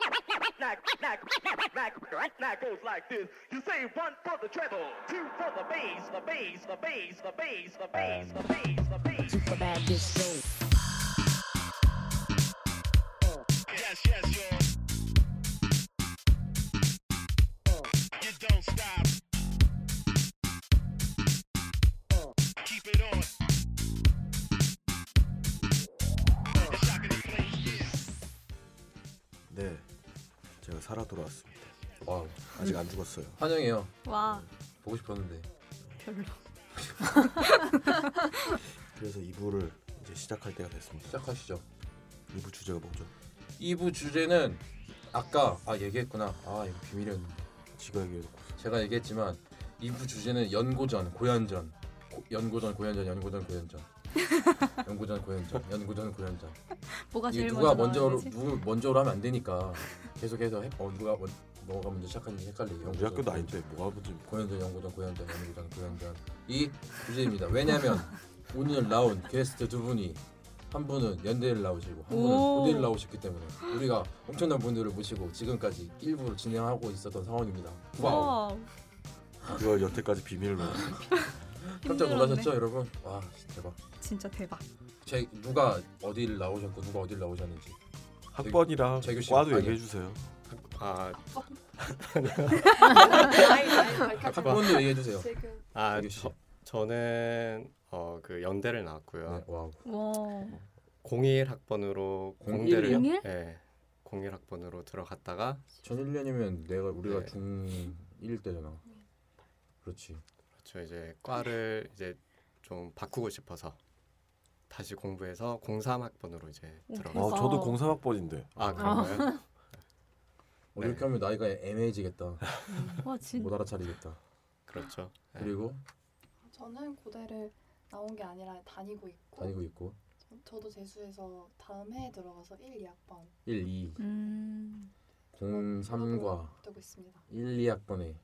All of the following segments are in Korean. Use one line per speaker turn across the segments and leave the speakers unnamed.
Now, now, now, now goes like this. You say one for the treble, two for the bass, the bass, the bass, the bass, the bass, the bass, the bass.
super bad disco.
Yes, yes, yo. You don't stop. Keep it on. It's shocking the place.
네, 제가 살아 돌아왔습니다.
와
아직 안 죽었어요.
환영해요.
와
보고 싶었는데.
별로.
그래서 2부를 이제 시작할 때가 됐습니다.
시작하시죠.
2부 주제가 뭐죠?
2부 주제는 아까 아 얘기했구나. 아 이거 비밀이었는데.
지가 얘기해놓고
제가 얘기했지만 2부 주제는 연고전, 고연전. 고, 연고전, 고연전, 연고전, 고연전. 연고전, 고연전, 연고전, 고연전.
뭐가
이게
아, 제일
누가
먼저
먼저로
나오는지?
누 먼저로 하면 안 되니까 계속해서 해, 어, 누가 먼, 뭐가 먼저 시작하는지 헷갈리게.
우리 학교도 아닌데 뭐가 뭔지
고현전, 연고전, 고현전, 연고전, 고현전 이 주제입니다. 왜냐면 오늘 나온 게스트 두 분이 한 분은 연대를 나오시고 한 분은
오.
고대를 나오셨기 때문에 우리가 엄청난 분들을 모시고 지금까지 1부를 진행하고 있었던 상황입니다. 와우!
와
그걸 여태까지 비밀로
깜짝
힘들었네.
놀라셨죠 여러분? 와 대박.
진짜 대박.
제 누가 어디를 나오셨고 누가 어디를 나오셨는지
학번이랑
재규 씨,
과도
아니요.
얘기해 주세요. 아,
아이, 아이, 밝혔죠.
학번도 얘기해 주세요.
지금
아,
재규 씨.
저, 저는 어, 그 연대를 나왔고요.
네, 와우.
와
01 학번으로
01 이요?
공대를
01?
예. 01 학번으로 들어갔다가
전 1년이면 내가 우리가
네.
중1 때잖아.
네.
그렇지.
저 그렇죠. 이제 과를 이제 좀 바꾸고 싶어서 다시 공부해서 03 학번으로 이제
오,
아
들어갔어요.
대박.
저도 03학번인데
아, 그런가요?
어, 이렇게
네.
하면 나이가 애매해지겠다.
와 진.
못 알아차리겠다.
그렇죠. 예.
그리고
저는 고대를 나온 게 아니라 다니고 있고
다니고 있고
저- 저도 재수해서 다음 해에 들어가서 1, 2학번
1, 2,
음
03과
되고 있습니다.
1, 2학번에 어,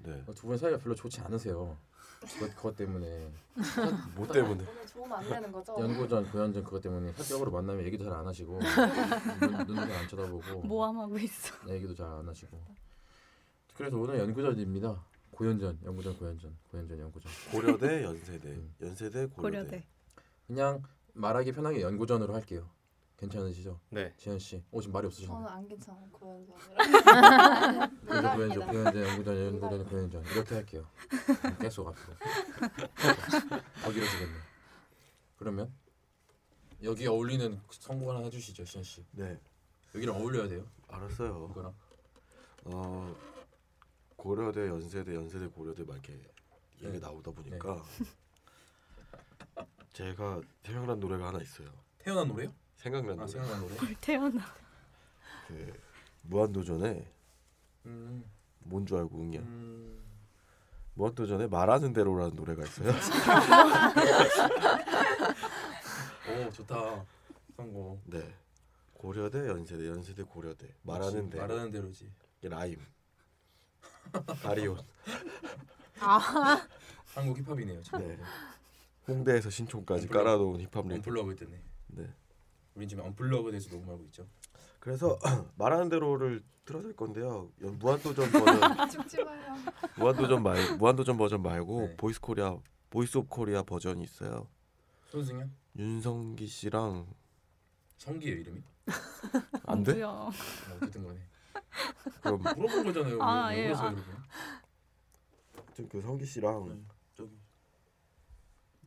네.
두분 사이가 별로 좋지 않으세요. 그것, 그것 때문에
뭐 때문에
오늘 좋으면 안 되는 거죠?
네. 연고전, 고연전 그것 때문에 사적으로 만나면 얘기도 잘 안 하시고 눈, 눈도 잘 안 쳐다보고 네,
모함하고 있어.
얘기도 잘 안 하시고 그래서 오늘 연고전입니다. 고연전, 연고전, 고연전, 고연전, 연고전
고려대 연세대
음.
연세대 고려대
고려대.
그냥 말하기 편하게 연고전으로 할게요. 괜찮으시죠?
네.
지현 씨, 어 지금 말이
저는
없으시네요.
안 괜찮아요. 고연전.
연고전, 고연전, 고연전, 연고전, 연고전, 고연전 이렇게 할게요. 아, 계속 앞으로 더 길어지겠네. 그러면 여기 어울리는 선곡 하나 해주시죠, 시현 씨.
네
여기랑 어울려야 돼요.
알았어요.
이거랑
어 고려대 연세대 연세대 고려대 막 이렇게 얘기
네.
나오다 보니까 네. 제가 생각난 노래가 하나 있어요.
태어난 노래요?
생각난
아
노래
생각난 노래.
뭘 태어나.
그 무한도전에
음,
뭔 줄 알고 응이야.
음.
무한도전에 말하는 대로라는 노래가 있어요.
오 좋다. 선곡.
네. 고려대 연세대 연세대 고려대 말하는
그치,
대로
말하는 대로지.
이게 라임 다리온
아,
한국 힙합이네요. 참.
네. 홍대에서 신촌까지
언플러그.
깔아놓은 힙합 레이블
언플러그 때네.
네.
우린 지금 언플러그 대해서 녹음하고 있죠.
그래서 말하는 대로를 들어줄 건데요. 연- 무한도전 버전
아, 죽지 마요.
무한도전 말 무한도전 버전 말고
네.
보이스 코리아 보이스 오브 코리아 버전이 있어요.
손승현?
윤성기 씨랑
성기예요 이름이?
안 돼?
뭐야.
뭐 어쨌든 간에
그럼
물어본 거잖아요.
아,
왜,
예,
왜 그러세요,
아.
여러분?
하여튼 그 성기 씨랑
네, 저기.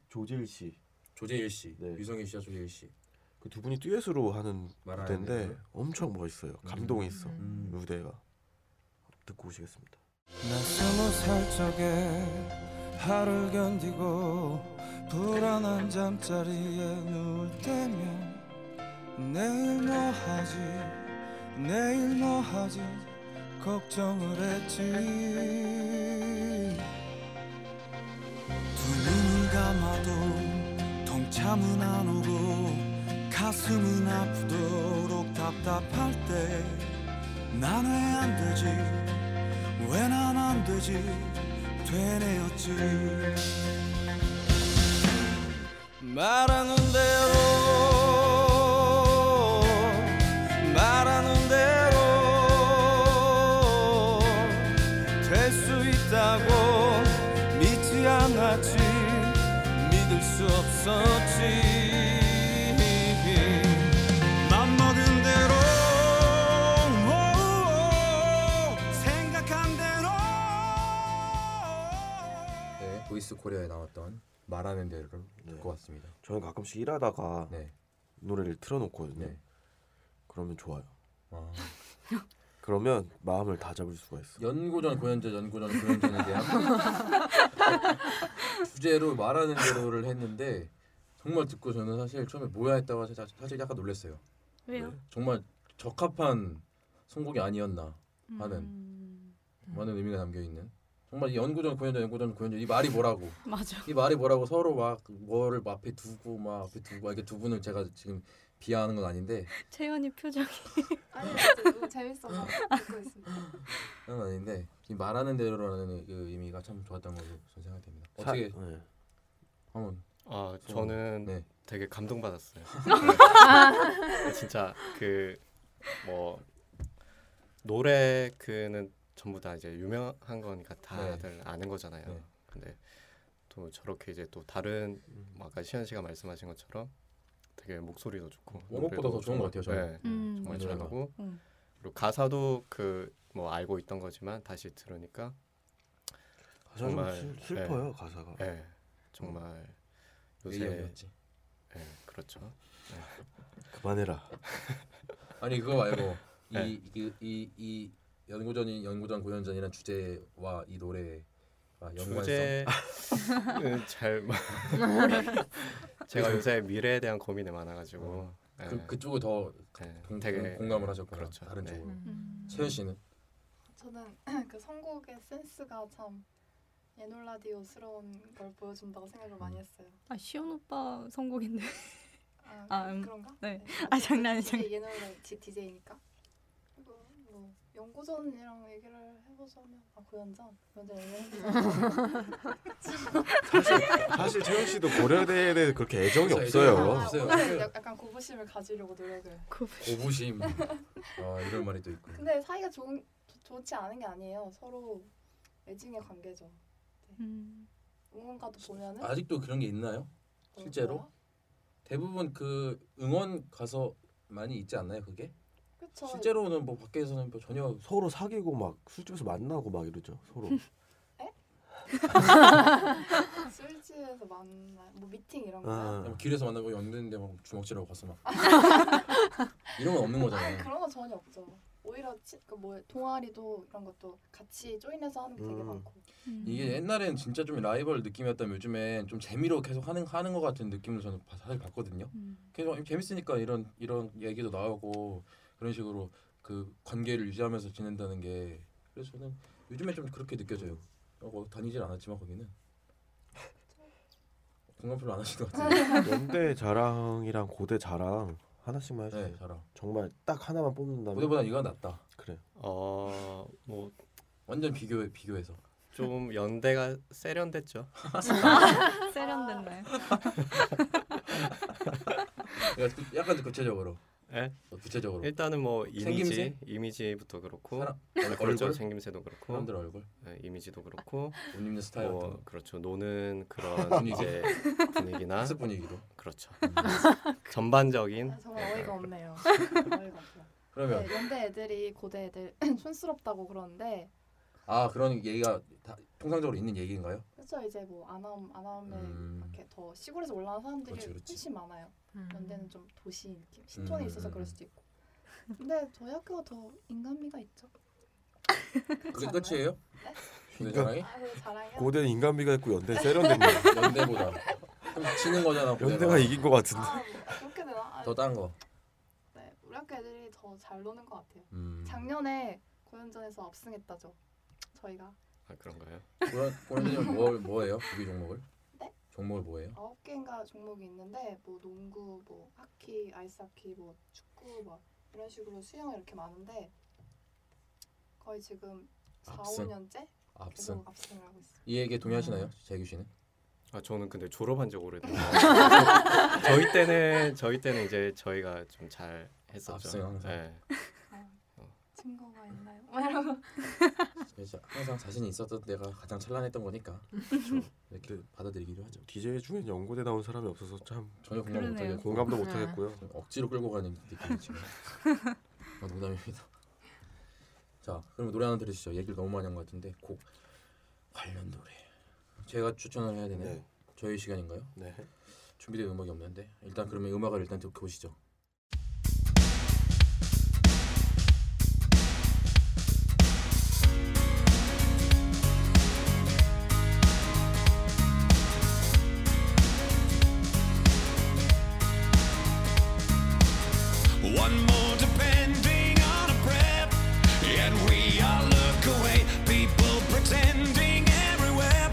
조지일 씨 그 두
조재일 씨,
네.
유성일 씨와 조재일 씨.
그 분이 듀엣으로 하는
말하는
무대인데
대로.
엄청 멋있어요. 감동이 있어.
음.
무대가 듣고 오시겠습니다.
나 스무 살 적에 하루 견디고 불안한 잠자리에 누울 때면 내일 뭐 하지 내일 뭐 하지 걱정을 했지 두 눈을 감아도 통참은 안 오고 가슴은 아프도록 답답할 때 난 왜 안 되지 왜 난 안 되지 되뇌었지 말하는 대로 말하는 대로
시간에 네, 나왔던 말하는 대로
네.
듣고 왔습니다.
저는 가끔씩 일하다가
네,
노래를 틀어놓거든요.
네.
그러면 좋아요.
아,
그러면 마음을 다 잡을 수가 있어.
연고전 고현전 연고전 고현전에 대한 주제로 말하는 대로를 했는데 정말 듣고 저는 사실 처음에 뭐야 했다고 사실, 사실 약간 놀랐어요.
왜요?
정말 적합한 선곡이 아니었나 하는
음,
많은 의미가 담겨 있는 정말 이 연고전 고현전 연고전 고현전 이 말이 뭐라고
맞아.
이 말이 뭐라고 서로 막 뭐를 막 앞에 두고 막 앞에 두고 막 이렇게 두 분을 제가 지금 비하하는 건 아닌데
채연이 표정.
아니 진짜 너무 재밌어서 듣고 있습니다.
그런 건 아닌데 이 말하는 대로라는 그 의미가 참 좋았던 걸로 저는 생각됩니다.
사-
어떻게
네.
한번
아 저는
네.
되게 감동받았어요. 네. 진짜 그 뭐 노래 그는 전부 다 이제 유명한 거니까 다들 아는 거잖아요.
네.
근데 또 저렇게 이제 또 다른
음.
뭐 아까 시현 씨가 말씀하신 것처럼 되게 목소리도 좋고
음, 원곡보다 더 좋은 것 같아요, 저는.
네,
음.
정말
노래가.
잘하고
음.
그리고 가사도 그 뭐 알고 있던 거지만 다시 들으니까
가사 좀
정말,
슬, 슬퍼요 가사가.
예, 정말 요새
네. 의견이었지.
예, 그렇죠.
그만해라.
아니 그거 말고
네.
이이이 이, 이 연고전이 연고전 고현전이라는 주제와 이 노래의 연관성
주제는 잘 제가 요새 미래에 대한 고민이 많아가지고 예,
그 그쪽을 더
예,
동, 공감을 하셨구나.
그렇죠.
다른
네.
쪽으로.
음.
채연 씨는
저는 그 선곡의 센스가 참 예놀라디오스러운 걸 보여준다고 생각을
음.
많이 했어요.
아 시온 오빠 선곡인데.
아,
아, 음,
그런가?
네. 아 장난이 장.
DJ 예놀라 DJ니까. 그리고 뭐 연구전이랑 얘기를 해보자면 아 고연전, 고연전 얘기해보자면
사실 사실 채영 씨도 고려대에 대해 그렇게 애정이 없어요.
애정이 없어요.
아, 오늘 약간 고부심을 가지려고 노력을.
고부심 아 이런 말이 또 있고.
근데 사이가 좋은 좋- 좋지 않은 게 아니에요. 서로 애증의 관계죠.
음.
응원가도 보면은
아직도 그런 게 있나요?
너무
실제로?
좋아요.
대부분 그 응원 가서 많이 있지 않나요 그게?
그쵸.
실제로는 뭐 밖에서는 뭐 전혀
서로 사귀고 막 술집에서 만나고 막 이러죠. 서로.
술집에서 만나 뭐 미팅 이런 거. 요
아,
뭐 길에서 만나고 연근인데 막 주먹질하고 갔어 막 이런 건 없는 거잖아요.
그런 건 전혀 없죠. 오히려 치, 그 뭐, 동아리도 이런 것도 같이 조인해서 하는 게 되게
음.
많고.
음.
이게 옛날엔 진짜 좀 라이벌 느낌이었다면 요즘엔 좀 재미로 계속 하는 하는 것 같은 느낌을 저는 바- 사실 봤거든요.
음.
계속 재밌으니까 이런 이런 얘기도 나오고 그런 식으로 그 관계를 유지하면서 지낸다는 게 그래서 저는 요즘에 좀 그렇게 느껴져요. 어, 뭐 다니질 않았지만 거기는 공감 별로 안 하시는 것 같아요.
연대 자랑이랑 고대 자랑 하나씩만 해주세요.
네, 잘하.
정말 딱 하나만 뽑는다면
고대보다 이거 낫다.
그래.
어,
완전 비교해 비교해서.
뭐 좀 연대가 세련됐죠.
세련됐나요?
아,
그러니까 약간- 약간 구체적으로. 어,
예?
구체적으로.
일단은 뭐 이미지,
생김새?
이미지부터 그렇고
사람-
그렇죠.
얼굴?
생김새도 그렇고
사람들 얼굴,
예, 이미지도 그렇고
옷 입는 스타일, 같은
뭐
거.
그렇죠. 노는 그런
분위기.
이제 분위기나
학습 분위기도.
그렇죠. 전반적인
아, 정말 어이가
약간
없네요. 어이가 없어.
그러면
네, 연대 애들이 고대 애들 촌스럽다고 그러는데
아 그런 얘기가 다 통상적으로 있는 얘기인가요?
그렇죠 이제 뭐 안암 안암에
음.
이렇게 더 시골에서 올라온 사람들이
그렇지, 그렇지.
훨씬 많아요. 연대는 좀 도시 느낌, 신촌에
음,
있어서
음,
그럴
음.
수도 있고. 근데 저희 학교가 더 인간미가 있죠.
그게
않나요?
끝이에요?
네?
고대 자랑이?
아, 그 자랑이야.
고대는 인간미가 있고 연대 세련됐네.
연대보다 그럼 지는 거잖아. 고대가.
네.
연대가 이긴 것 같은데.
아, 뭐, 그렇게 되나? 아,
더딴 거.
네, 우리 학교 애들이 더 잘 노는 것 같아요.
음.
작년에 고연전에서 압승했다죠. 저희가
아 그런가요?
고란 고란님 뭐 뭐예요? 구기 종목을?
네?
종목을 뭐예요?
아홉 개인가 종목이 있는데 뭐 농구, 뭐 하키, 아이스하키, 뭐 축구, 뭐 이런 식으로 수영 이렇게 많은데 거의 지금 4,
압승.
5년째
압승.
계속 압승을 하고 있어요.
이 얘기 동의하시나요, 재규 씨는?
아 저는 근데 졸업한 지 오래돼서 저희 때는 저희 때는 이제 저희가 좀 잘 했었죠.
압승 항상.
네.
증거가 있나요? 뭐 이러고
진짜 항상 자신이 있었던 때가 가장 찬란했던 거니까 이렇게
네.
받아들이기로 하죠.
DJ 중에 연고대 나온 사람이 없어서 참
전혀 공감
그러네요.
못하겠고
공감도
네.
못하겠고요.
억지로 끌고 가는 느낌이 지금. 아, 농담입니다. 자, 그럼 노래 하나 들으시죠. 얘기를 너무 많이 한 것 같은데 곡 관련 노래. 제가 추천을 해야 되나요?
네.
저희 시간인가요?
네.
준비된 음악이 없는데 일단 그러면 음악을 일단 듣고 오시죠.
One more depending on a prep, and we all look away. People pretending everywhere.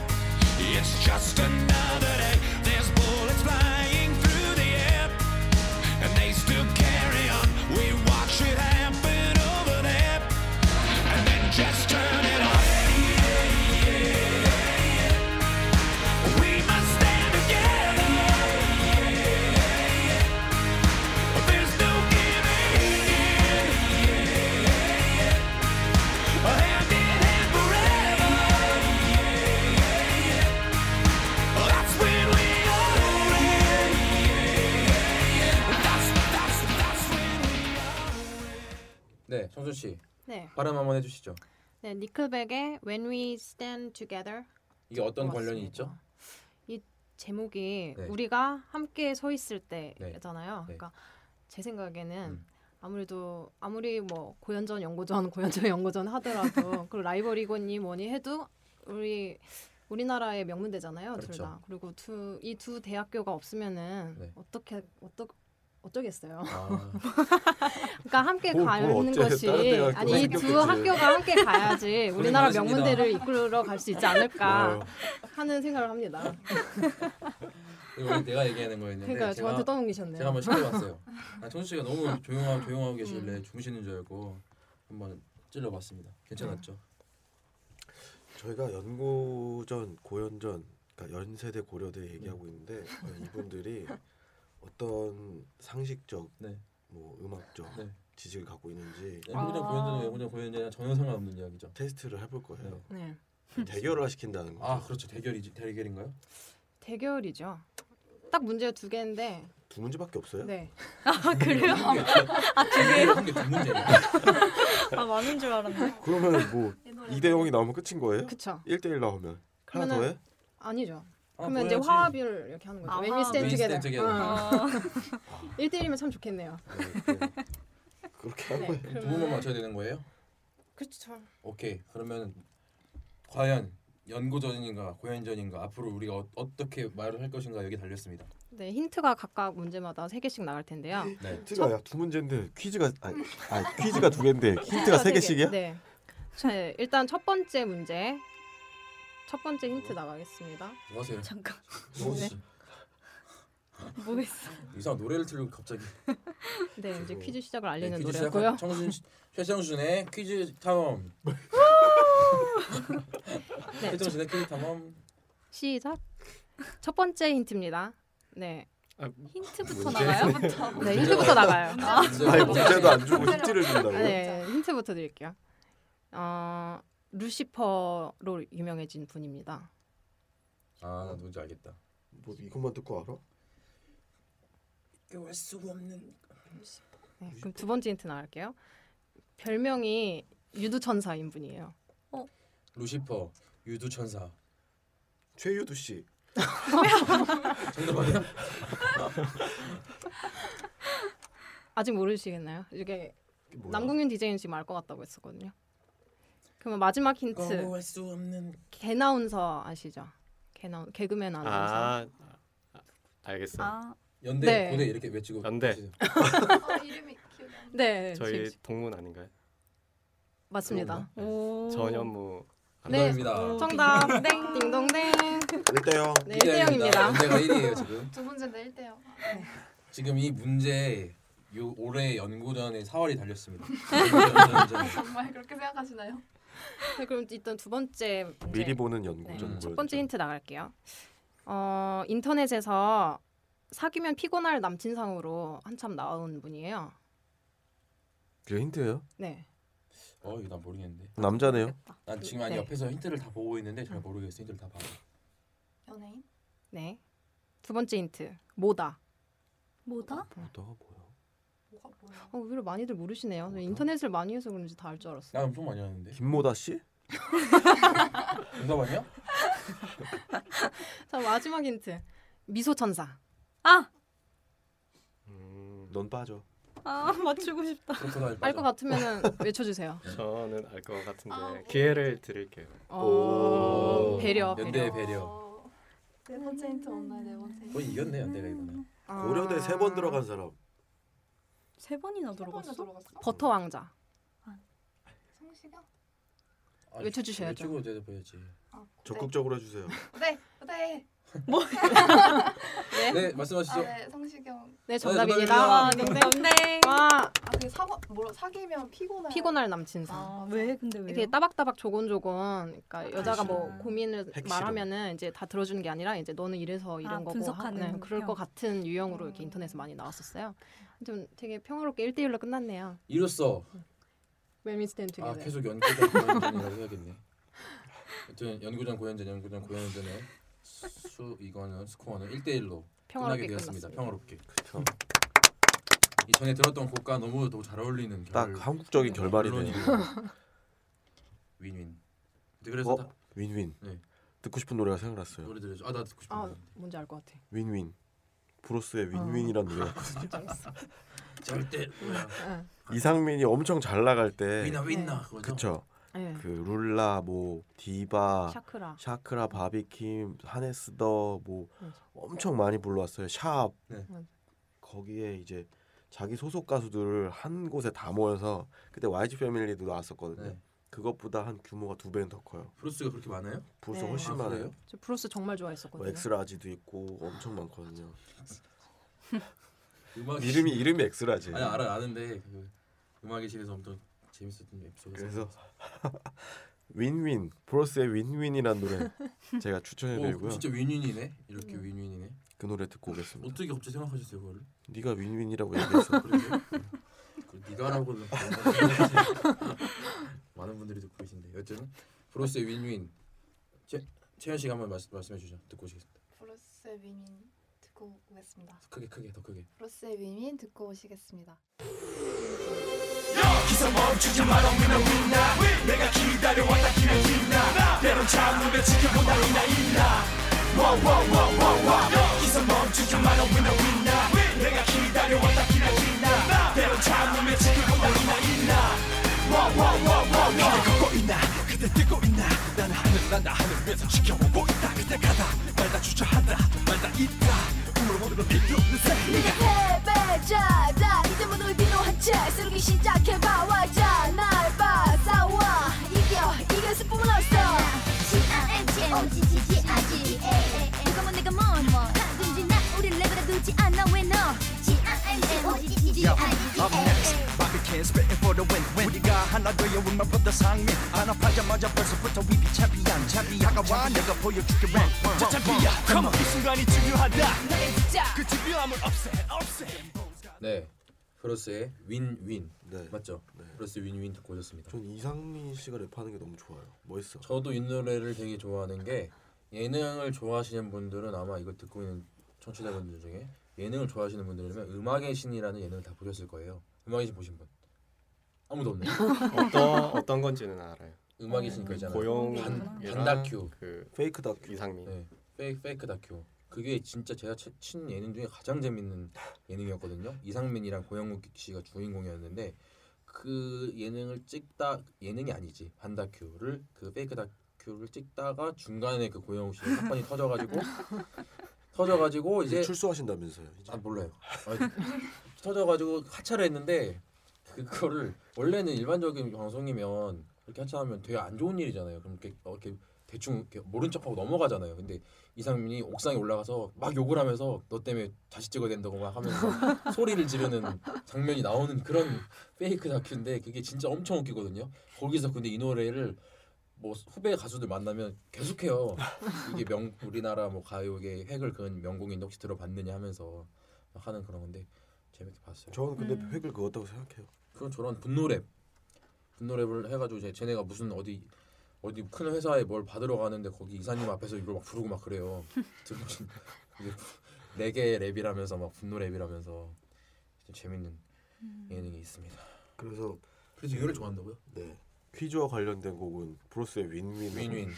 It's just another day. There's bullets flying through the air, and they still carry on. We watch it happen over there, and then just turn it off. We must stand together. There's no giving in. Hand in hand forever. That's when we are in. That's that's that's when we.
네, 성준 씨
네.
발음 한번 해주시죠.
네, 니클백의 When We Stand Together
이게 어떤
고맙습니다.
관련이 있죠?
이 제목이
네.
우리가 함께 서 있을 때잖아요.
네.
그러니까 제 생각에는
음.
아무래도 아무리 뭐 고연전 연고전 고연전 연고전 하더라도 그 라이벌이거니 뭐니 해도 우리 우리나라의 명문대잖아요, 둘
그렇죠.
다. 그리고 두, 이 두 대학교가 없으면은
네.
어떻게 어떻 어쩌겠어요.
아,
그러니까 함께
뭘- 뭘
가는
어째?
것이
다른 데가 있고
아니 이 두
생겼겠지.
학교가 함께 가야지 우리나라
고생하십니다.
명문대를 이끌어 갈 수 있지
네.
않을까 하는 생각을 합니다.
이거 원래 내가 얘기하는 거였는데
그러니까
네, 제가
저한테
제가
떠넘기셨네요.
한번 시켜봤어요. 아, 성준 씨가 너무 조용하고 조용하고
음.
계실래 주무시는 줄 알고 한번 찔러봤습니다. 괜찮았죠?
저희가 연고전, 고연전, 그러니까 연세대 고려대
음.
얘기하고 있는데 어, 이분들이 어떤 상식적,
네.
뭐 음악적
네.
지식을 갖고 있는지
연구전
아.
고연전 연구전 고연전이랑 전혀 상관없는 이야기죠.
테스트를 해볼 거예요.
네.
대결을 시킨다는 거죠.
아 그렇죠 대결이지 대결인가요?
대결이죠. 딱 문제가 두 개인데
두 문제밖에 없어요?
네.
아 그래요?
아두개한개두 문제예요.
아 많은 줄 알았네.
그러면 뭐 2대 0이 나오면 끝인 거예요?
네. 그쵸
1대 1 나오면 하나
그러면은-
더 해?
아니죠.
아,
그러면 이제
보여야지.
화합을 이렇게 하는 거죠.
아,
아, 웨미
화합.
스탠
We stand
투게더.
together.
아,
일대일이면참 좋겠네요.
네, 네. 그렇게 하고
네.
두
그러면
분만 맞춰야 되는 거예요?
그렇죠.
오케이 그러면 과연 연고전인가 고연전인가 앞으로 우리가 어, 어떻게 말을 할 것인가 여기 달렸습니다.
네, 힌트가 각각 문제마다 세 개씩 나갈 텐데요.
네.
힌트가 야두 문제인데 퀴즈가 아니, 아니 퀴즈가 두 개인데 힌트가 세
세 개.
개씩이야?
네. 네. 일단 첫 번째 문제. 첫 번째 힌트 나가겠습니다.
뭐 하세요?
잠깐
성준
네.
씨
뭐 했어?
이상 한 노래를 틀고 갑자기
네, 이제 퀴즈 시작을
네,
알리는
퀴즈
노래였고요.
시작한 청순 최정준의 퀴즈 탐험.
네, 첫-
최정준의 퀴즈 탐험.
시작. 첫 번째 힌트입니다. 네,
아,
힌트부터 나가요?부터.
네 힌트부터 나가요.
아니
뭐?
문제도 안 주고 힌트를 준다고?
아, 네, 힌트부터 드릴게요. 어, 루시퍼로 유명해진 분입니다.
아나 누군지 알겠다.
뭐 이것만 듣고 알아?
깨울 수 없는
네, 그럼 두 번째 힌트 나갈게요. 별명이 유두천사인 분이에요.
루시퍼 유두 천사.
최유두 씨.
정답 아니야?
아직 모르시겠나요? 이게
뭐야?
남궁윤 디제이는 지금 알 것 같다고 했었거든요. 그러면 마지막 힌트.
깨울 수 없는
개나운서 아시죠? 개나 개그맨 아나운서.
아, 아, 알겠어요.
아
연대
네.
고대 이렇게 외치고
연대.
하시죠.
아, 이름이 기억이 안 나.
네,
저희
지금-
동문 아닌가요?
맞습니다.
오.
전현무
네.
감사합니다.
정답. 땡. 딩동댕.
1대 0.
네, 1대0입니다.
연대가 1위예요 지금.
두 문제인데 1대요.
지금 이 문제 요 올해 연고전에 4월이 달렸습니다.
정말 그렇게 생각하시나요?
네, 그럼 일단 두 번째 문제.
미리 보는
네.
연구전.
첫 번째 힌트 나갈게요. 어, 인터넷에서 사귀면 피곤할 남친상으로 한참 나온 분이에요.
이게 힌트예요?
네.
어 이거 난 모르겠는데.
남자네요.
난 지금 아니
네.
옆에서 힌트를 다 보고 있는데 잘 모르겠어. 힌트를 다 봐.
연예인?
네. 두 번째 힌트. 뭐다.
뭐다?
뭐다 뭐야?
뭐가 뭐야?
어, 의외로 많이들 모르시네요. 인터넷을 많이 해서 그런지 다 알 줄 알았어요.
나 엄청 많이 하는데.
김모다 씨?
정답 아니야?
자 마지막 힌트 미소 천사.
아,
음,
넌 빠져.
아 맞추고 싶다.
컨트롤
알 것 같으면은 외쳐주세요.
네.
저는 알 것 같은데
아,
네.
뭐.
기회를 드릴게요.
어,
오.
배려.
연대의
배려.
배려.
어, 네 번째 힌트 없나요? 네 번째 힌트.
거의 이겼네 연대가 이거는.
아.
고려대 세 번 들어간 사람.
세 번이나
세 번이나
들어갔어?
들어갔어?
버터 왕자.
성시경?
아,
외쳐주셔야죠.
외치고 대답해야지.
아, 네. 고대.
적극적으로 해주세요.
고대! 고대!
네, 말씀하시죠.
아, 네, 성시경.
네
정답입니다.
정답입니다. 네.
아, 근데 근데.
와
아, 그게 사과, 뭐, 사귀면 피곤할.
피곤할 남친상.
아, 왜 근데 왜?
이렇게 따박따박 조곤조곤 그러니까 여자가 뭐
핵실험.
고민을
핵실험.
말하면은 이제 다 들어주는 게 아니라 이제 너는 이래서 이런
아,
거고
분석하는
하- 네, 그럴 것
형.
같은 유형으로 이렇게
음.
인터넷에 많이 나왔었어요. 좀 되게 평화롭게 1대1로 끝났네요.
이로써
웰미스텐
아
투게더.
계속 연구전 고현전이라고 해야겠네. 하여튼 연구전 고현전 연구전 고현전의 수 이거는 스코어는 1대 1로 끝나게
평화롭게
되었습니다.
끝났습니다.
평화롭게. 이 전에 들었던 곡과 너무 너무 잘 어울리는
딱
결-
한국적인 네. 결말이네.
결론이고. 윈윈. 근데 그래서
어? 네.
다
윈윈.
네.
듣고 싶은 노래가 생각났어요.
노래 들려줘. 아나 듣고 싶은
아
노래.
뭔지 알 것 같아.
윈윈.
아.
브로스의 윈윈이라는 노래가 있거든요.
진짜
절대 뭐야.
응.
이상민이 엄청 잘 나갈 때
윈나 윈나 그거죠.
그쵸
네.
그 룰라 뭐 디바
샤크라.
샤크라 바비킴 하네스더 뭐
맞아.
엄청 많이 불러왔어요 샵
네.
맞아.
거기에 이제 자기 소속 가수들을 한 곳에 다 모여서 그때 YG 패밀리도 나왔었거든요
네.
그것보다 한 규모가 두 배는 더 커요
브루스가 그렇게 많아요?
벌써
네.
훨씬
아,
많아요
그래요?
저 브루스 정말 좋아했었거든요.
뭐 엑스라지도 있고 엄청 많거든요
음악
이름이 이름이 엑스라지
아니 알아 아는데 그 음악의 실에서 엄청 재밌었던 에피소드.
그래서 윈윈 브로스의 윈윈이라는 노래 제가
오,
추천해드리고요
어, 진짜 윈윈이네. 이렇게 윈윈이네.
그 노래 듣고 오겠습니다
어떻게 갑자기 생각하셨어요 그거를?
네가 윈윈이라고 얘기했어
그래서 그 네가라고 많은 분들이 듣고 계신데 여튼 브로스의 윈윈 채 채연 씨가 한번 말씀 말씀해 주죠 듣고 오시겠습니다
브로스의 위민 듣고 오겠습니다.
크게 크게 더 크게
브로스의 위민 듣고 오시겠습니다.
패배자다 이제부터 너의 비노한 채 새롭게 시작해봐 왈자 날봐 싸워 이겨 이길 수뿐은 없어 C-I-N-G-O-G-G-G-I-G-A 누가 뭐 내가 뭔 하든지 나 우리 레벨에 두지 않아 왜너
Up
C-I-N-G-O-G-G-G-I-G-A
next, Bobby Kiss spitting for the win. win. 우리가 하나 되어 with my brother 상민. 하나파자마자 벌써부터 we be champion. champion. 다가와 내가 보여줄게 랭. 저 챔피언, come on. 이 순간이 중요하다. 그 집요함을 없애, 없애.
네 브로스의 윈윈
네.
맞죠? 브로스 윈윈 듣고 오셨습니다
전 이상민 씨가 랩하는 게 너무 좋아요. 멋있어.
저도 이 노래를 되게 좋아하는 게 예능을 좋아하시는 분들은 아마 이거 듣고 있는 청취자분들 중에 예능을 좋아하시는 분들이면 음악의 신이라는 예능을 다 보셨을 거예요 음악의 신 보신 분 아무도 없네요
어떤 어떤 건지는 알아요.
음악의 신
그
그잖아요
고용
반- 반다큐.
그
페이크 다큐.
이상민.
네, 페이크, 페이크 다큐. 그게 진짜 제가 치- 친 예능 중에 가장 재밌는 예능이었거든요. 이상민이랑 고영욱 씨가 주인공이었는데 그 예능을 찍다 예능이 아니지 반다큐를 그 페이크 다큐를 찍다가 중간에 그 고영욱 씨 사건이 터져가지고 터져가지고
이제
이제
출소하신다면서요. 이제.
아 몰라요. 아, 터져가지고 하차를 했는데 그거를 원래는 일반적인 방송이면 이렇게 하차하면 되게 안 좋은 일이잖아요. 그럼 이렇게, 어, 이렇게 대충 이렇게 모른 척하고 넘어가잖아요. 근데 이상민이 옥상에 올라가서 막 욕을 하면서 너 때문에 다시 찍어야 된다고 막 하면서 소리를 지르는 장면이 나오는 그런 페이크 다큐인데 그게 진짜 엄청 웃기거든요. 거기서 근데 이 노래를 뭐 후배 가수들 만나면 계속해요. 이게 명 우리나라 뭐 가요계 획을 그은 명곡인데 혹시 들어봤느냐 하면서 막 하는 그런 건데 재밌게 봤어요.
저는 근데
음.
획을 그었다고 생각해요.
그런 저런 분노랩 분노랩을 해가지고 이제 쟤네가 무슨 어디 어디 큰 회사에 뭘 받으러 가는데 거기 이사님 앞에서 이걸 막 부르고 막 그래요. 들으신 네개 랩이라면서 막 분노랩이라면서 진짜 재밌는 예능이 있습니다.
그래서
그래서 이거를 좋아한다고요?
네 퀴즈와 관련된 곡은 브로스의 윈윈
윈윈.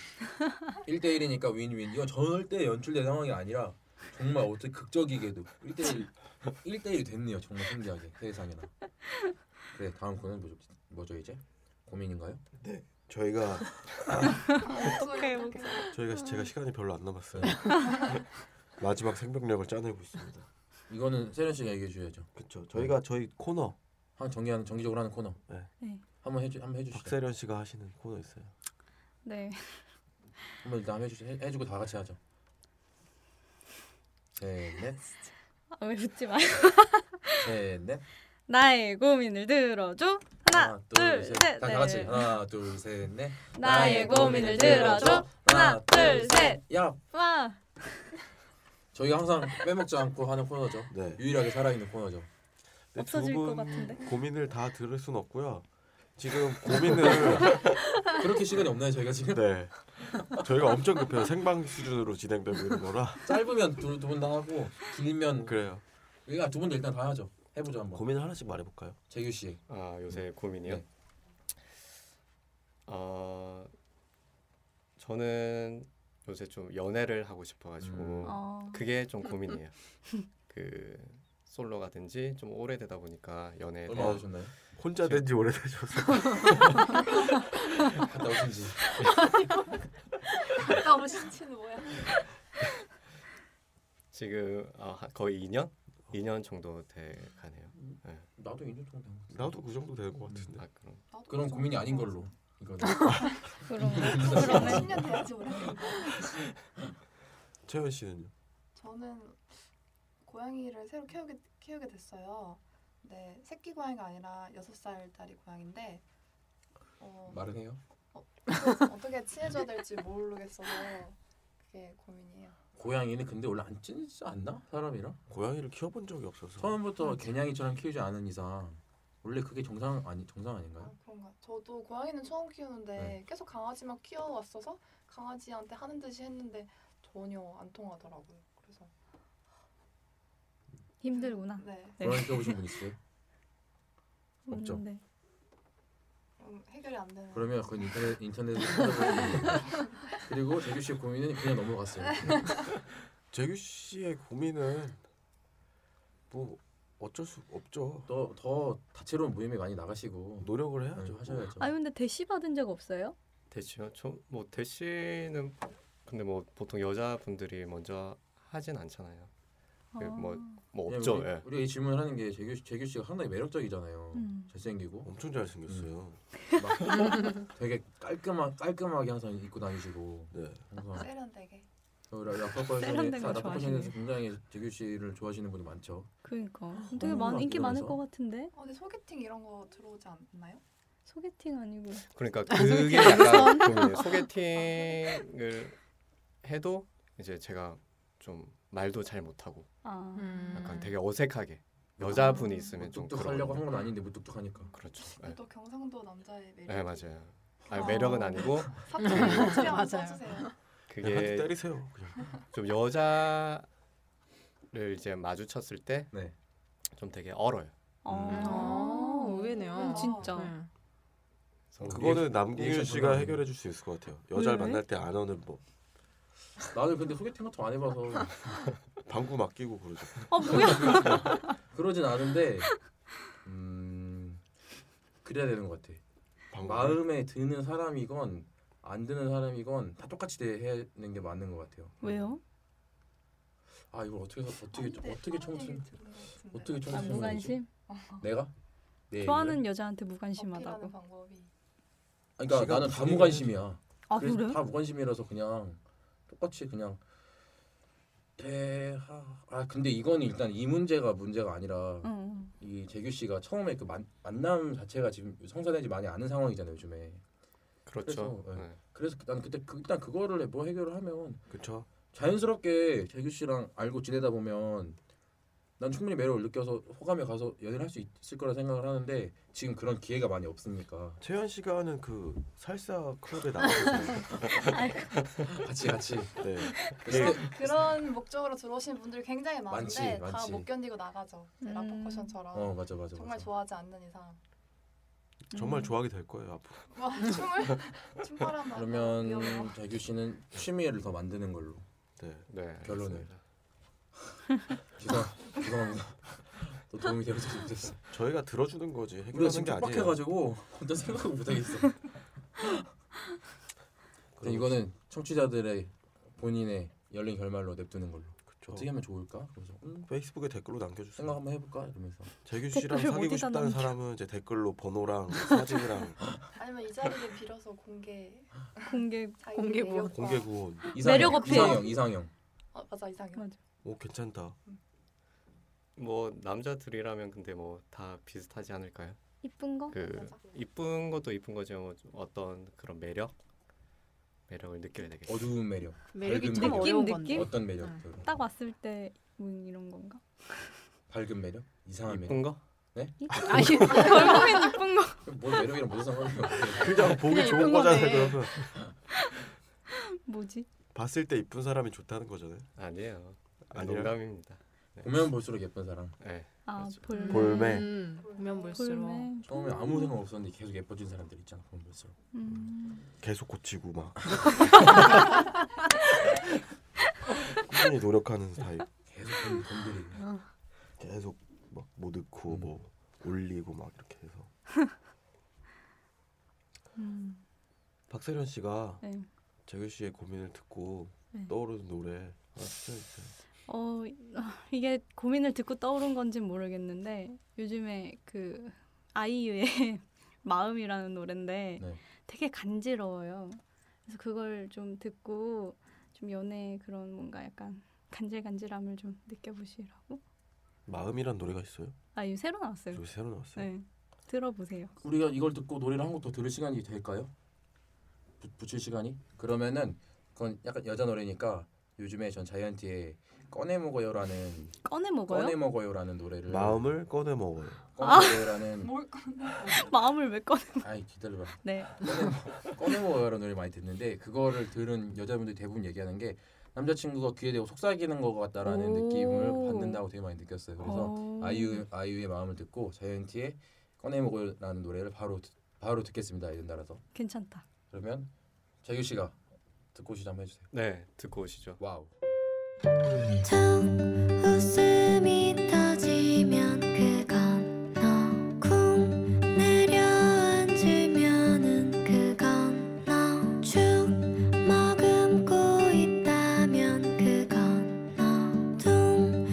1대1이니까 윈윈. 이건 절대 연출된 상황이 아니라 정말 어떻게 극적이게도 1대1 1대1이 됐네요. 정말 신기하게 세상에나. 그래 다음 거는 뭐죠, 뭐죠 이제? 고민인가요?
네 저희가
아,
어떡해 어떡해. 음.
저희가 제가 시간이 별로 안 남았어요. 마지막 생명력을 짜내고 있습니다.
이거는 세련 씨가 얘기해 주셔야죠.
그렇죠. 저희가 저희 코너
한 정기하는 정기적으로 하는 코너.
네.
네.
한번 해주 한번 해주시죠.
박세련 씨가 하시는 코너 있어요.
네.
한번 일단 해주 해주고 다 같이 하죠. 셋넷
아, 왜 웃지 마요.
셋넷
나의 고민을 들어줘. 하나, 둘, 셋.
다,
네.
다 같이 하나 둘셋넷
나의 고민을 들어줘. 하나, 둘, 셋.
야
와.
저희가 항상 빼먹지 않고 하는 코너죠.
네.
유일하게 살아있는 코너죠.
근데
없어질
두
것
분
같은데.
고민을 다 들을 순 없고요. 지금 고민을
그렇게 시간이 없나요 저희가 지금?
네 저희가 엄청 급해요. 생방 수준으로 진행되고 있는 거라
짧으면 두 분 다 하고 길면
그래요.
우리가 두 분도 일단 다 하죠. 해보죠 한번.
고민을 하나씩 말해볼까요?
재규 씨.
아 요새 고민이요.
네.
어 저는 요새 좀 연애를 하고 싶어가지고
음.
어.
그게 좀 고민이에요. 그 솔로가든지 좀 오래되다 보니까
예.
연애에
어.
얼마 나
대한
되셨나요?
혼자 된지 오래되셔서
갔다 오신지.
너무 신체는 아, 뭐야?
지금 아, 하- 거의 2년, 2년 정도 돼 가네요.
나도 2년 정도 된 거.
나도 그 정도 되는 것 같은데.
아 그럼
나도
그런
그
고민이
정도야.
아닌 걸로. 이거는.
그럼
그러네.
그러네.
10년 돼야지 오래된 거.
채연 씨는요?
저는 고양이를 새로 키우게 키우게 됐어요. 네, 새끼 고양이가 아니라 여섯 살 딸이 고양인데 어,
말은 해요.
또 어떻게 친해져야 될지 모르겠어서 그게 고민이에요.
고양이는 근데 원래 안 찢지 않나? 사람이랑?
고양이를 키워본 적이 없어서
처음부터 개냥이처럼 키우지 않은 이상 원래 그게 정상 아니 정상
아,
아닌가요?
그런가. 저도 고양이는 처음 키우는데
네.
계속 강아지만 키워왔어서 강아지한테 하는 듯이 했는데 전혀 안 통하더라고요. 그래서
힘들구나.
네,
네.
고양이 키워보신 분 있어요? 없죠.
없는데.
음, 해결이 안 되는.
그러면 그건 인터넷 인터넷을 찾아보세요. 그리고 재규 씨의 고민은 그냥 넘어갔어요.
재규 씨의 고민은 뭐 어쩔 수 없죠.
더 더 다채로운 모임에 많이 나가시고
노력을
네.
해야죠.
좀 하셔야죠.
아 근데 대시 받은 적 없어요?
대시요? 저뭐 대시는 근데 뭐 보통 여자분들이 먼저 하진 않잖아요. 그
예, 어.
뭐, 뭐
왜냐면
없죠.
네, 우리,
예.
우리가 이 질문을 하는 게 재규 씨- 재규 씨가 상당히 매력적이잖아요.
음.
잘생기고
엄청 잘 생겼어요.
음. 막 되게 깔끔한 깔끔하게 항상 입고 다니시고
네.
항상
세련되게.
세련된 거
라커버션에서
좋아하시네.
굉장히 재규 씨를 좋아하시는 분이 많죠.
그러니까
어,
되게 많 인기 많을
그래서?
것 같은데
어, 근데 소개팅 이런 거 들어오지 않나요?
소개팅 아니고
그러니까 그게 약간 고민이에요. 소개팅을 해도 이제 제가 좀 말도 잘 못하고
아
음.
약간 되게 어색하게 여자분이 있으면 네, 좀
아, 뭐 무뚝뚝하려고 한
그런
건 아닌데 무뚝뚝하니까.
그렇죠.
근데
예.
네.
또 경상도 남자의 매력.
네 맞아요. 아 매력은 아니고
사투리 사투리 한번
맞아요.
써주세요.
네,
그냥 한대
그게
때리세요. 그냥.
좀 여자를 이제 마주쳤을 때 좀
네.
되게 얼어요.
아, 의외네요.
음, 진짜.
네.
어,
그래서
그거는 남궁일
리액션
씨가
불가능해. 네.
해결해 줄 수 있을 것 같아요. 여자를
왜?
만날 때 안 오는 법.
나는 근데 소개팅 같은 거안 해봐서
방구 막 끼고 그러죠.
어 뭐야?
그러진 않은데 음 그래야 되는 것 같아.
방구.
마음에 드는 사람이건 안 드는 사람이건 다 똑같이 대하는 게 맞는 것 같아요.
왜요?
아 이걸 어떻게 해서- 어떻게
근데
어떻게
그런
청춘
얘기 들은 것 같은데.
어떻게
아,
청춘
무관심?
내가 내 얘기를?
좋아하는 여자한테
어필하는
무관심하다고?
방법이
아니, 그러니까
시간
나는 다
분위기는-
무관심이야.
아
그래서
그래?
다 무관심이라서 그냥 똑같이 그냥 대하 아 근데 이건 일단 이 문제가 문제가 아니라
응, 응.
이 재규 씨가 처음에 그 만, 만남 자체가 지금 성사되지 많이 않은 상황이잖아요 요즘에
그렇죠.
그래서, 예.
네.
그래서 난 그때 그, 일단 그거를 뭐 해결을 하면
그렇죠.
자연스럽게 재규 씨랑 알고 지내다 보면 난 충분히 매력을 느껴서 호감에 가서 연애를 할 수 있을 거라 생각을 하는데 지금 그런 기회가 많이 없으니까
채연 씨가 하는 그 살사 클럽에 나가서
그
같이 같이
네.
그래서
그런 목적으로 들어오신 분들이 굉장히 많은데
많지,
다
많지.
못 견디고 나가죠. 이제
음.
라퍼커션처럼
어 맞아 맞아
정말
맞아
좋아하지 않는 이상
정말 좋아하게 될 거예요 앞으로.
와 춤을 춤바람 맞아.
그러면 재규 씨는 취미를 더 만드는 걸로.
네.
네,
결론을.
알겠습니다.
죄송 죄송합니다. 또 도움이 되어서 못했어.
저희가 들어주는 거지
우리가
해결하는
지금
게 아니에요.
촉박해가지고 혼자 생각을 못하겠어. 그럼
그러니까.
이거는 청취자들의 본인의 열린 결말로 냅두는 걸로.
그쵸.
어떻게 하면 좋을까? 그래서 음,
페이스북에 댓글로 남겨주세요.
생각 한번 해볼까? 이러면서
재규 씨랑
댓글을
사귀고
어디다
싶다는
남겨?
사람은 이제 댓글로 번호랑 사진이랑
아니면 이 자리를 빌어서 공개
공개
자기
공개 뭐.
매력과-
공개 구원.
이상형,
매력 어필.
이상형, 이상형.
어, 맞아
네.
이상형.
오 괜찮다.
뭐 남자들이라면 근데 뭐 다 비슷하지 않을까요?
이쁜 거?
그
맞아.
이쁜 것도 이쁜 거지만 뭐 좀 어떤 그런 매력 매력을 느껴야 되겠죠.
어두운 매력.
매력이
밝은
참
매력.
어려운
느낌,
건데.
느낌?
어떤 매력?
음.
그런
딱 왔을 때 뭐 이런 건가?
밝은 매력? 이상한 매력?
이쁜 거?
아니
결국엔 이쁜 거.
뭘 매력이랑 무슨 상관이야?
그냥 보기
그냥
좋은
예쁜
거잖아요.
거네.
그러면
뭐지?
봤을 때 이쁜 사람이 좋다는 거잖아요.
아니에요. 아,
아니라
농담입니다.
네.
보면 볼수록 예쁜 사람.
네.
아
그렇죠.
볼매.
볼매.
음, 보면 볼수록
볼매.
처음에 아무 생각 없었는데 계속 예뻐진 사람들 있잖아. 보면 볼수록.
음.
계속 고치고 막 꾸준히 노력하는 타입.
계속 돈- 돈들이.
계속 막뭐 넣고
음.
뭐 올리고 막 이렇게 해서.
음.
박세련 씨가
네.
재규 씨의 고민을 듣고
네.
떠오르는 노래 하나 추천해주세요.
어 이게 고민을 듣고 떠오른 건지 모르겠는데 요즘에 그 아이유의 마음이라는 노래인데
네.
되게 간지러워요. 그래서 그걸 좀 듣고 좀 연애 그런 뭔가 약간 간질간질함을 좀 느껴보시라고.
마음이란 노래가 있어요?
아유 새로 나왔어요.
저기 새로 나왔어요.
네 들어보세요.
우리가 이걸 듣고 노래를 한 곡 더 들을 시간이 될까요? 부, 붙일 시간이? 그러면은 그건 약간 여자 노래니까 요즘에 전 자이언티의 꺼내 먹어요라는
꺼내 먹어요?
꺼내 먹어요라는 노래를
마음을 꺼내 먹어요.
꺼내 먹어요라는
뭘 건데?
마음을 왜 아, 꺼내?
아이 기다려봐
네.
꺼내 먹어요라는 노래 많이 듣는데 그거를 들은 여자분들이 대부분 얘기하는 게 남자친구가 귀에 대고 속삭이는 것 같다라는
오.
느낌을 받는다고 되게 많이 느꼈어요. 그래서
어.
아이유 아이유의 마음을 듣고 자이언티의 꺼내 먹어요라는 노래를 바로 듣- 바로 듣겠습니다. 이런 따라서
괜찮다.
그러면 재규 씨가 듣고 시작 한번 해주세요.
네, 듣고 오시죠.
와우.
웃음이 터지면 그건 너쿵 내려앉으면은 그건 너쭉 머금고 있다면 그건 너둥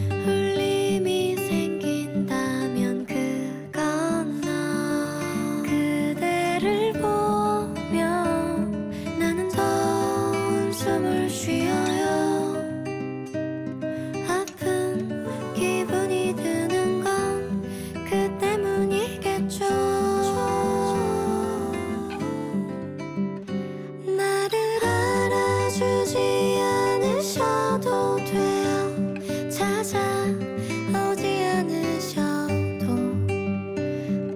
울림이 생긴다면 그건 너 그대를 보며 나는 더 숨을 쉬어요 아픈 기분이 드는 건 그 때문이겠죠 나를 알아주지 않으셔도 돼요 찾아오지 않으셔도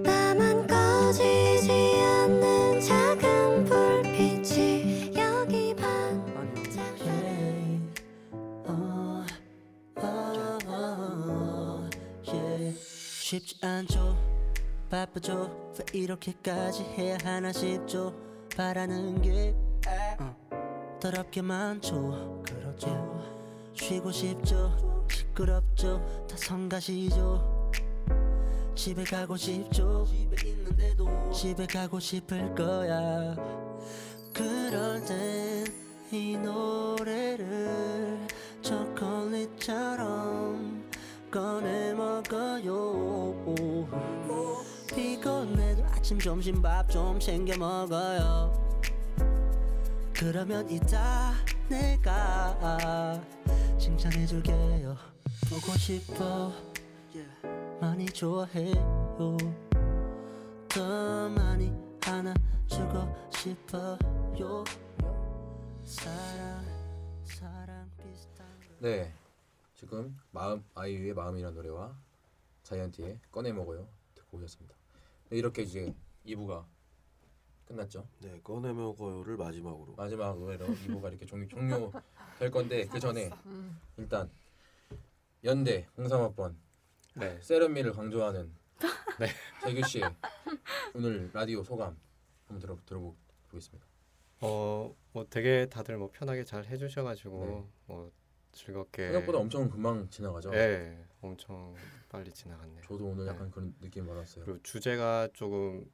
나만 꺼지지 않는 작은 불빛이 여기 반짝이네
쉽지 않죠 바쁘죠 왜 이렇게까지 해야 하나 싶죠 바라는 게 어, 더럽게 많죠 그렇죠 쉬고 싶죠 시끄럽죠 다 성가시죠 집에 가고 싶죠 집에 있는데도 집에 가고 싶을 거야 그럴 땐 이 노래를 초콜릿처럼 꺼내 먹어요 피곤해도 아침 점심 밥 좀 챙겨 먹어요 그러면 이따 내가 칭찬해줄게요 보고 싶어 많이 좋아해요 더 많이 안아주고 싶어요 사랑 사랑 비슷한
네. 지금 마음 아이유의 마음이라는 노래와 자이언티의 꺼내 먹어요 듣고 오셨습니다. 네, 이렇게 이제 2부가 끝났죠.
네, 꺼내 먹어요를 마지막으로.
마지막 노래로 2부가 이렇게 종료 종료될 건데 그 전에 일단 연대 공삼학번
네.
세련미를 강조하는
네.
재규 씨 오늘 라디오 소감 한번 들어 들어보 보겠습니다.
어, 뭐 되게 다들 뭐 편하게 잘 해주셔가지고
네.
뭐 즐겁게
생각보다 엄청 금방 지나가죠.
예, 엄청 빨리 지나갔네요.
저도 오늘 약간 그런 느낌 받았어요.
그리고 주제가 조금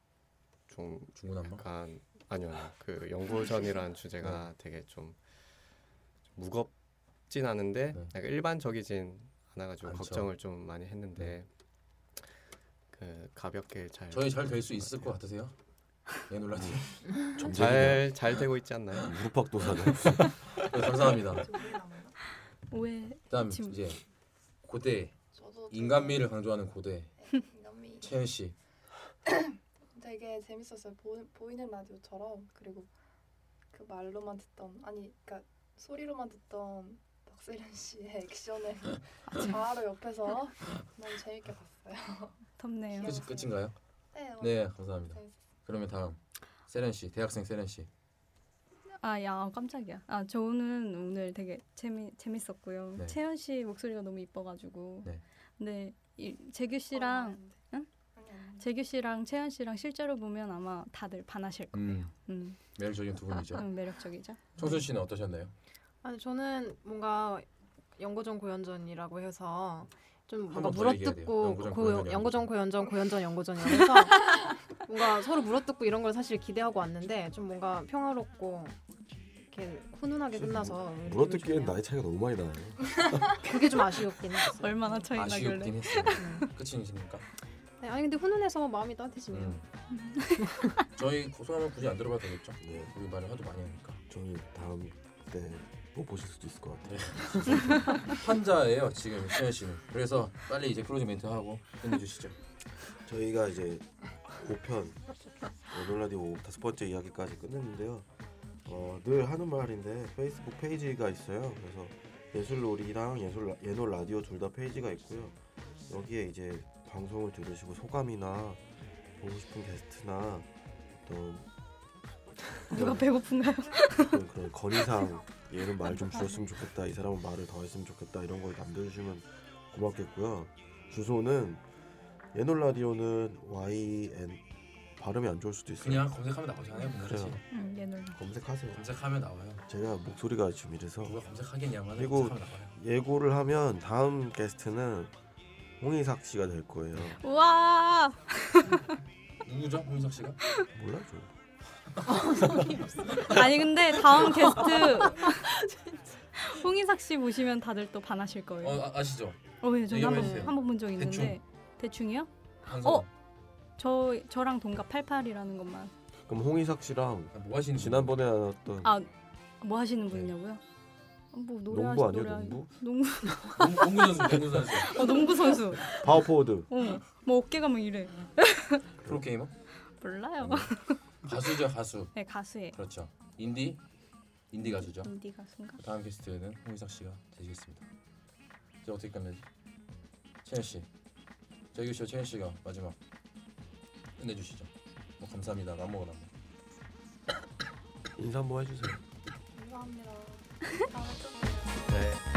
좀
중구난방?
약간 아니요, 아니요. 그 연구전이라는 주제가
네.
되게 좀 무겁진 않은데
네.
약간 일반적이진 않아가지고
않죠. 네.
걱정을 좀 많이 했는데 그 가볍게 잘
저희 잘 될 수 있을 것 같으세요? 내 놀라지.
잘, 잘 되고 있지 않나요?
무릎팍도사네.
네, 감사합니다.
오해
그다음
지금
이제 고대 인간미를 강조하는 고대
네, 인간미.
채연 씨.
되게 재밌었어요. 보, 보이는 라디오처럼 그리고 그 말로만 듣던 아니 그러니까 소리로만 듣던 박세련 씨의 액션을 바로 옆에서 너무 재밌게 봤어요.
덥네요.
끝 끝인가요?
네, 맞아요.
네 감사합니다.
재밌었어요.
그러면 다음 세련 씨 대학생 세련 씨.
아, 야, 깜짝이야. 아, 저는 오늘 되게 재미 재밌었고요.
네.
채연 씨 목소리가 너무 이뻐가지고.
네.
근데 이, 재규 씨랑 응? 재규 씨랑 채연 씨랑 실제로 보면 아마 다들 반하실 거예요.
음
음.
매력적인 두 분이죠. 네.
음, 매력적이죠.
청순 씨는 어떠셨나요?
아니 저는 뭔가 연고전 고연전이라고 해서 좀 뭔가
한번더 얘기해야 돼요.
물어뜯고
연고전,
고,
고연전,
연고전 고연전 고연전 연고전이라고 해서 뭔가 서로 물어뜯고 이런 걸 사실 기대하고 왔는데 좀 뭔가 평화롭고 이렇게 훈훈하게 끝나서
네, 물어뜯기엔 나이 차이가 너무 많이 나네요.
그게 좀 아쉬웠긴 했어요.
네, 얼마나 차이
아쉬웠긴 했어요. 끝이십니까?
네, 아니 근데 훈훈해서 마음이 따뜻해지네요.
저희 소감은 굳이 안 들어봐도 되겠죠? 우리 말을 하도 많이 하니까.
네, 저희 다음 때 또 보실 수도 있을 것 같아요.
환자예요 지금 채연 씨는. 그래서 빨리 이제 클로징 멘트 하고 끝내주시죠.
저희가 이제 5편 놀라디오 다섯 번째 이야기까지 끝냈는데요. 어, 늘 하는 말인데 페이스북 페이지가 있어요. 그래서 예술놀이랑 예술 라- 예놀 라디오 둘 다 페이지가 있고요. 여기에 이제 방송을 들으시고 소감이나 보고 싶은 게스트나 어떤
누가 배고픈가요?
그런, 그런 건의사항 얘는 말 좀 줄였으면 좋겠다 이 사람은 말을 더 했으면 좋겠다 이런 걸 남겨주시면 고맙겠고요 주소는 예놀 라디오는 YN 발음이 안 좋을 수도 있어요
그냥 검색하면 나오잖아요, 그냥.
그래요
응, 음, 얘놀.
검색하세요
검색하면 나와요.
제가 목소리가 지금 이래서
누가 검색하겠냐만
그리고
검색하면 나와요.
예고를 하면 다음 게스트는 홍의삭 씨가 될 거예요
우와.
누구죠? 홍석 씨가?
몰라 저
아니 근데 다음 게스트 홍인삭 씨 모시면 다들 또 반하실 거예요.
어 아, 아시죠?
어, 예, 저
얘기해
한번
주세요.
한번 본 적 있는데
대충.
대충. 이요
한성.
어, 저 저랑 동갑 88이라는 것만.
그럼 홍의삭 씨랑
뭐 하시는
지난번에 나왔던
아 뭐 하시는 분이냐고요? 어, 뭐 노래
네. 농구
하시-
아니에요,
노래 하시-
농구?
농구
농구 선수, 농구 선수.
어 농구 선수.
파워포워드
어, 뭐 어깨가 막 이래.
프로게이머?
몰라요.
음.
가수죠, 가수.
네 가수예요.
그렇죠. 인디? 인디 가수죠.
인디 가수인가?
다음 게스트는 홍의석 씨가 되시겠습니다. 이제 어떻게 끝내지? 채연 씨, 재규 씨와 채연 씨가 마지막 끝내주시죠. 뭐 감사합니다. 안 먹어라.
인사 한번 해주세요
감사합니다.
네.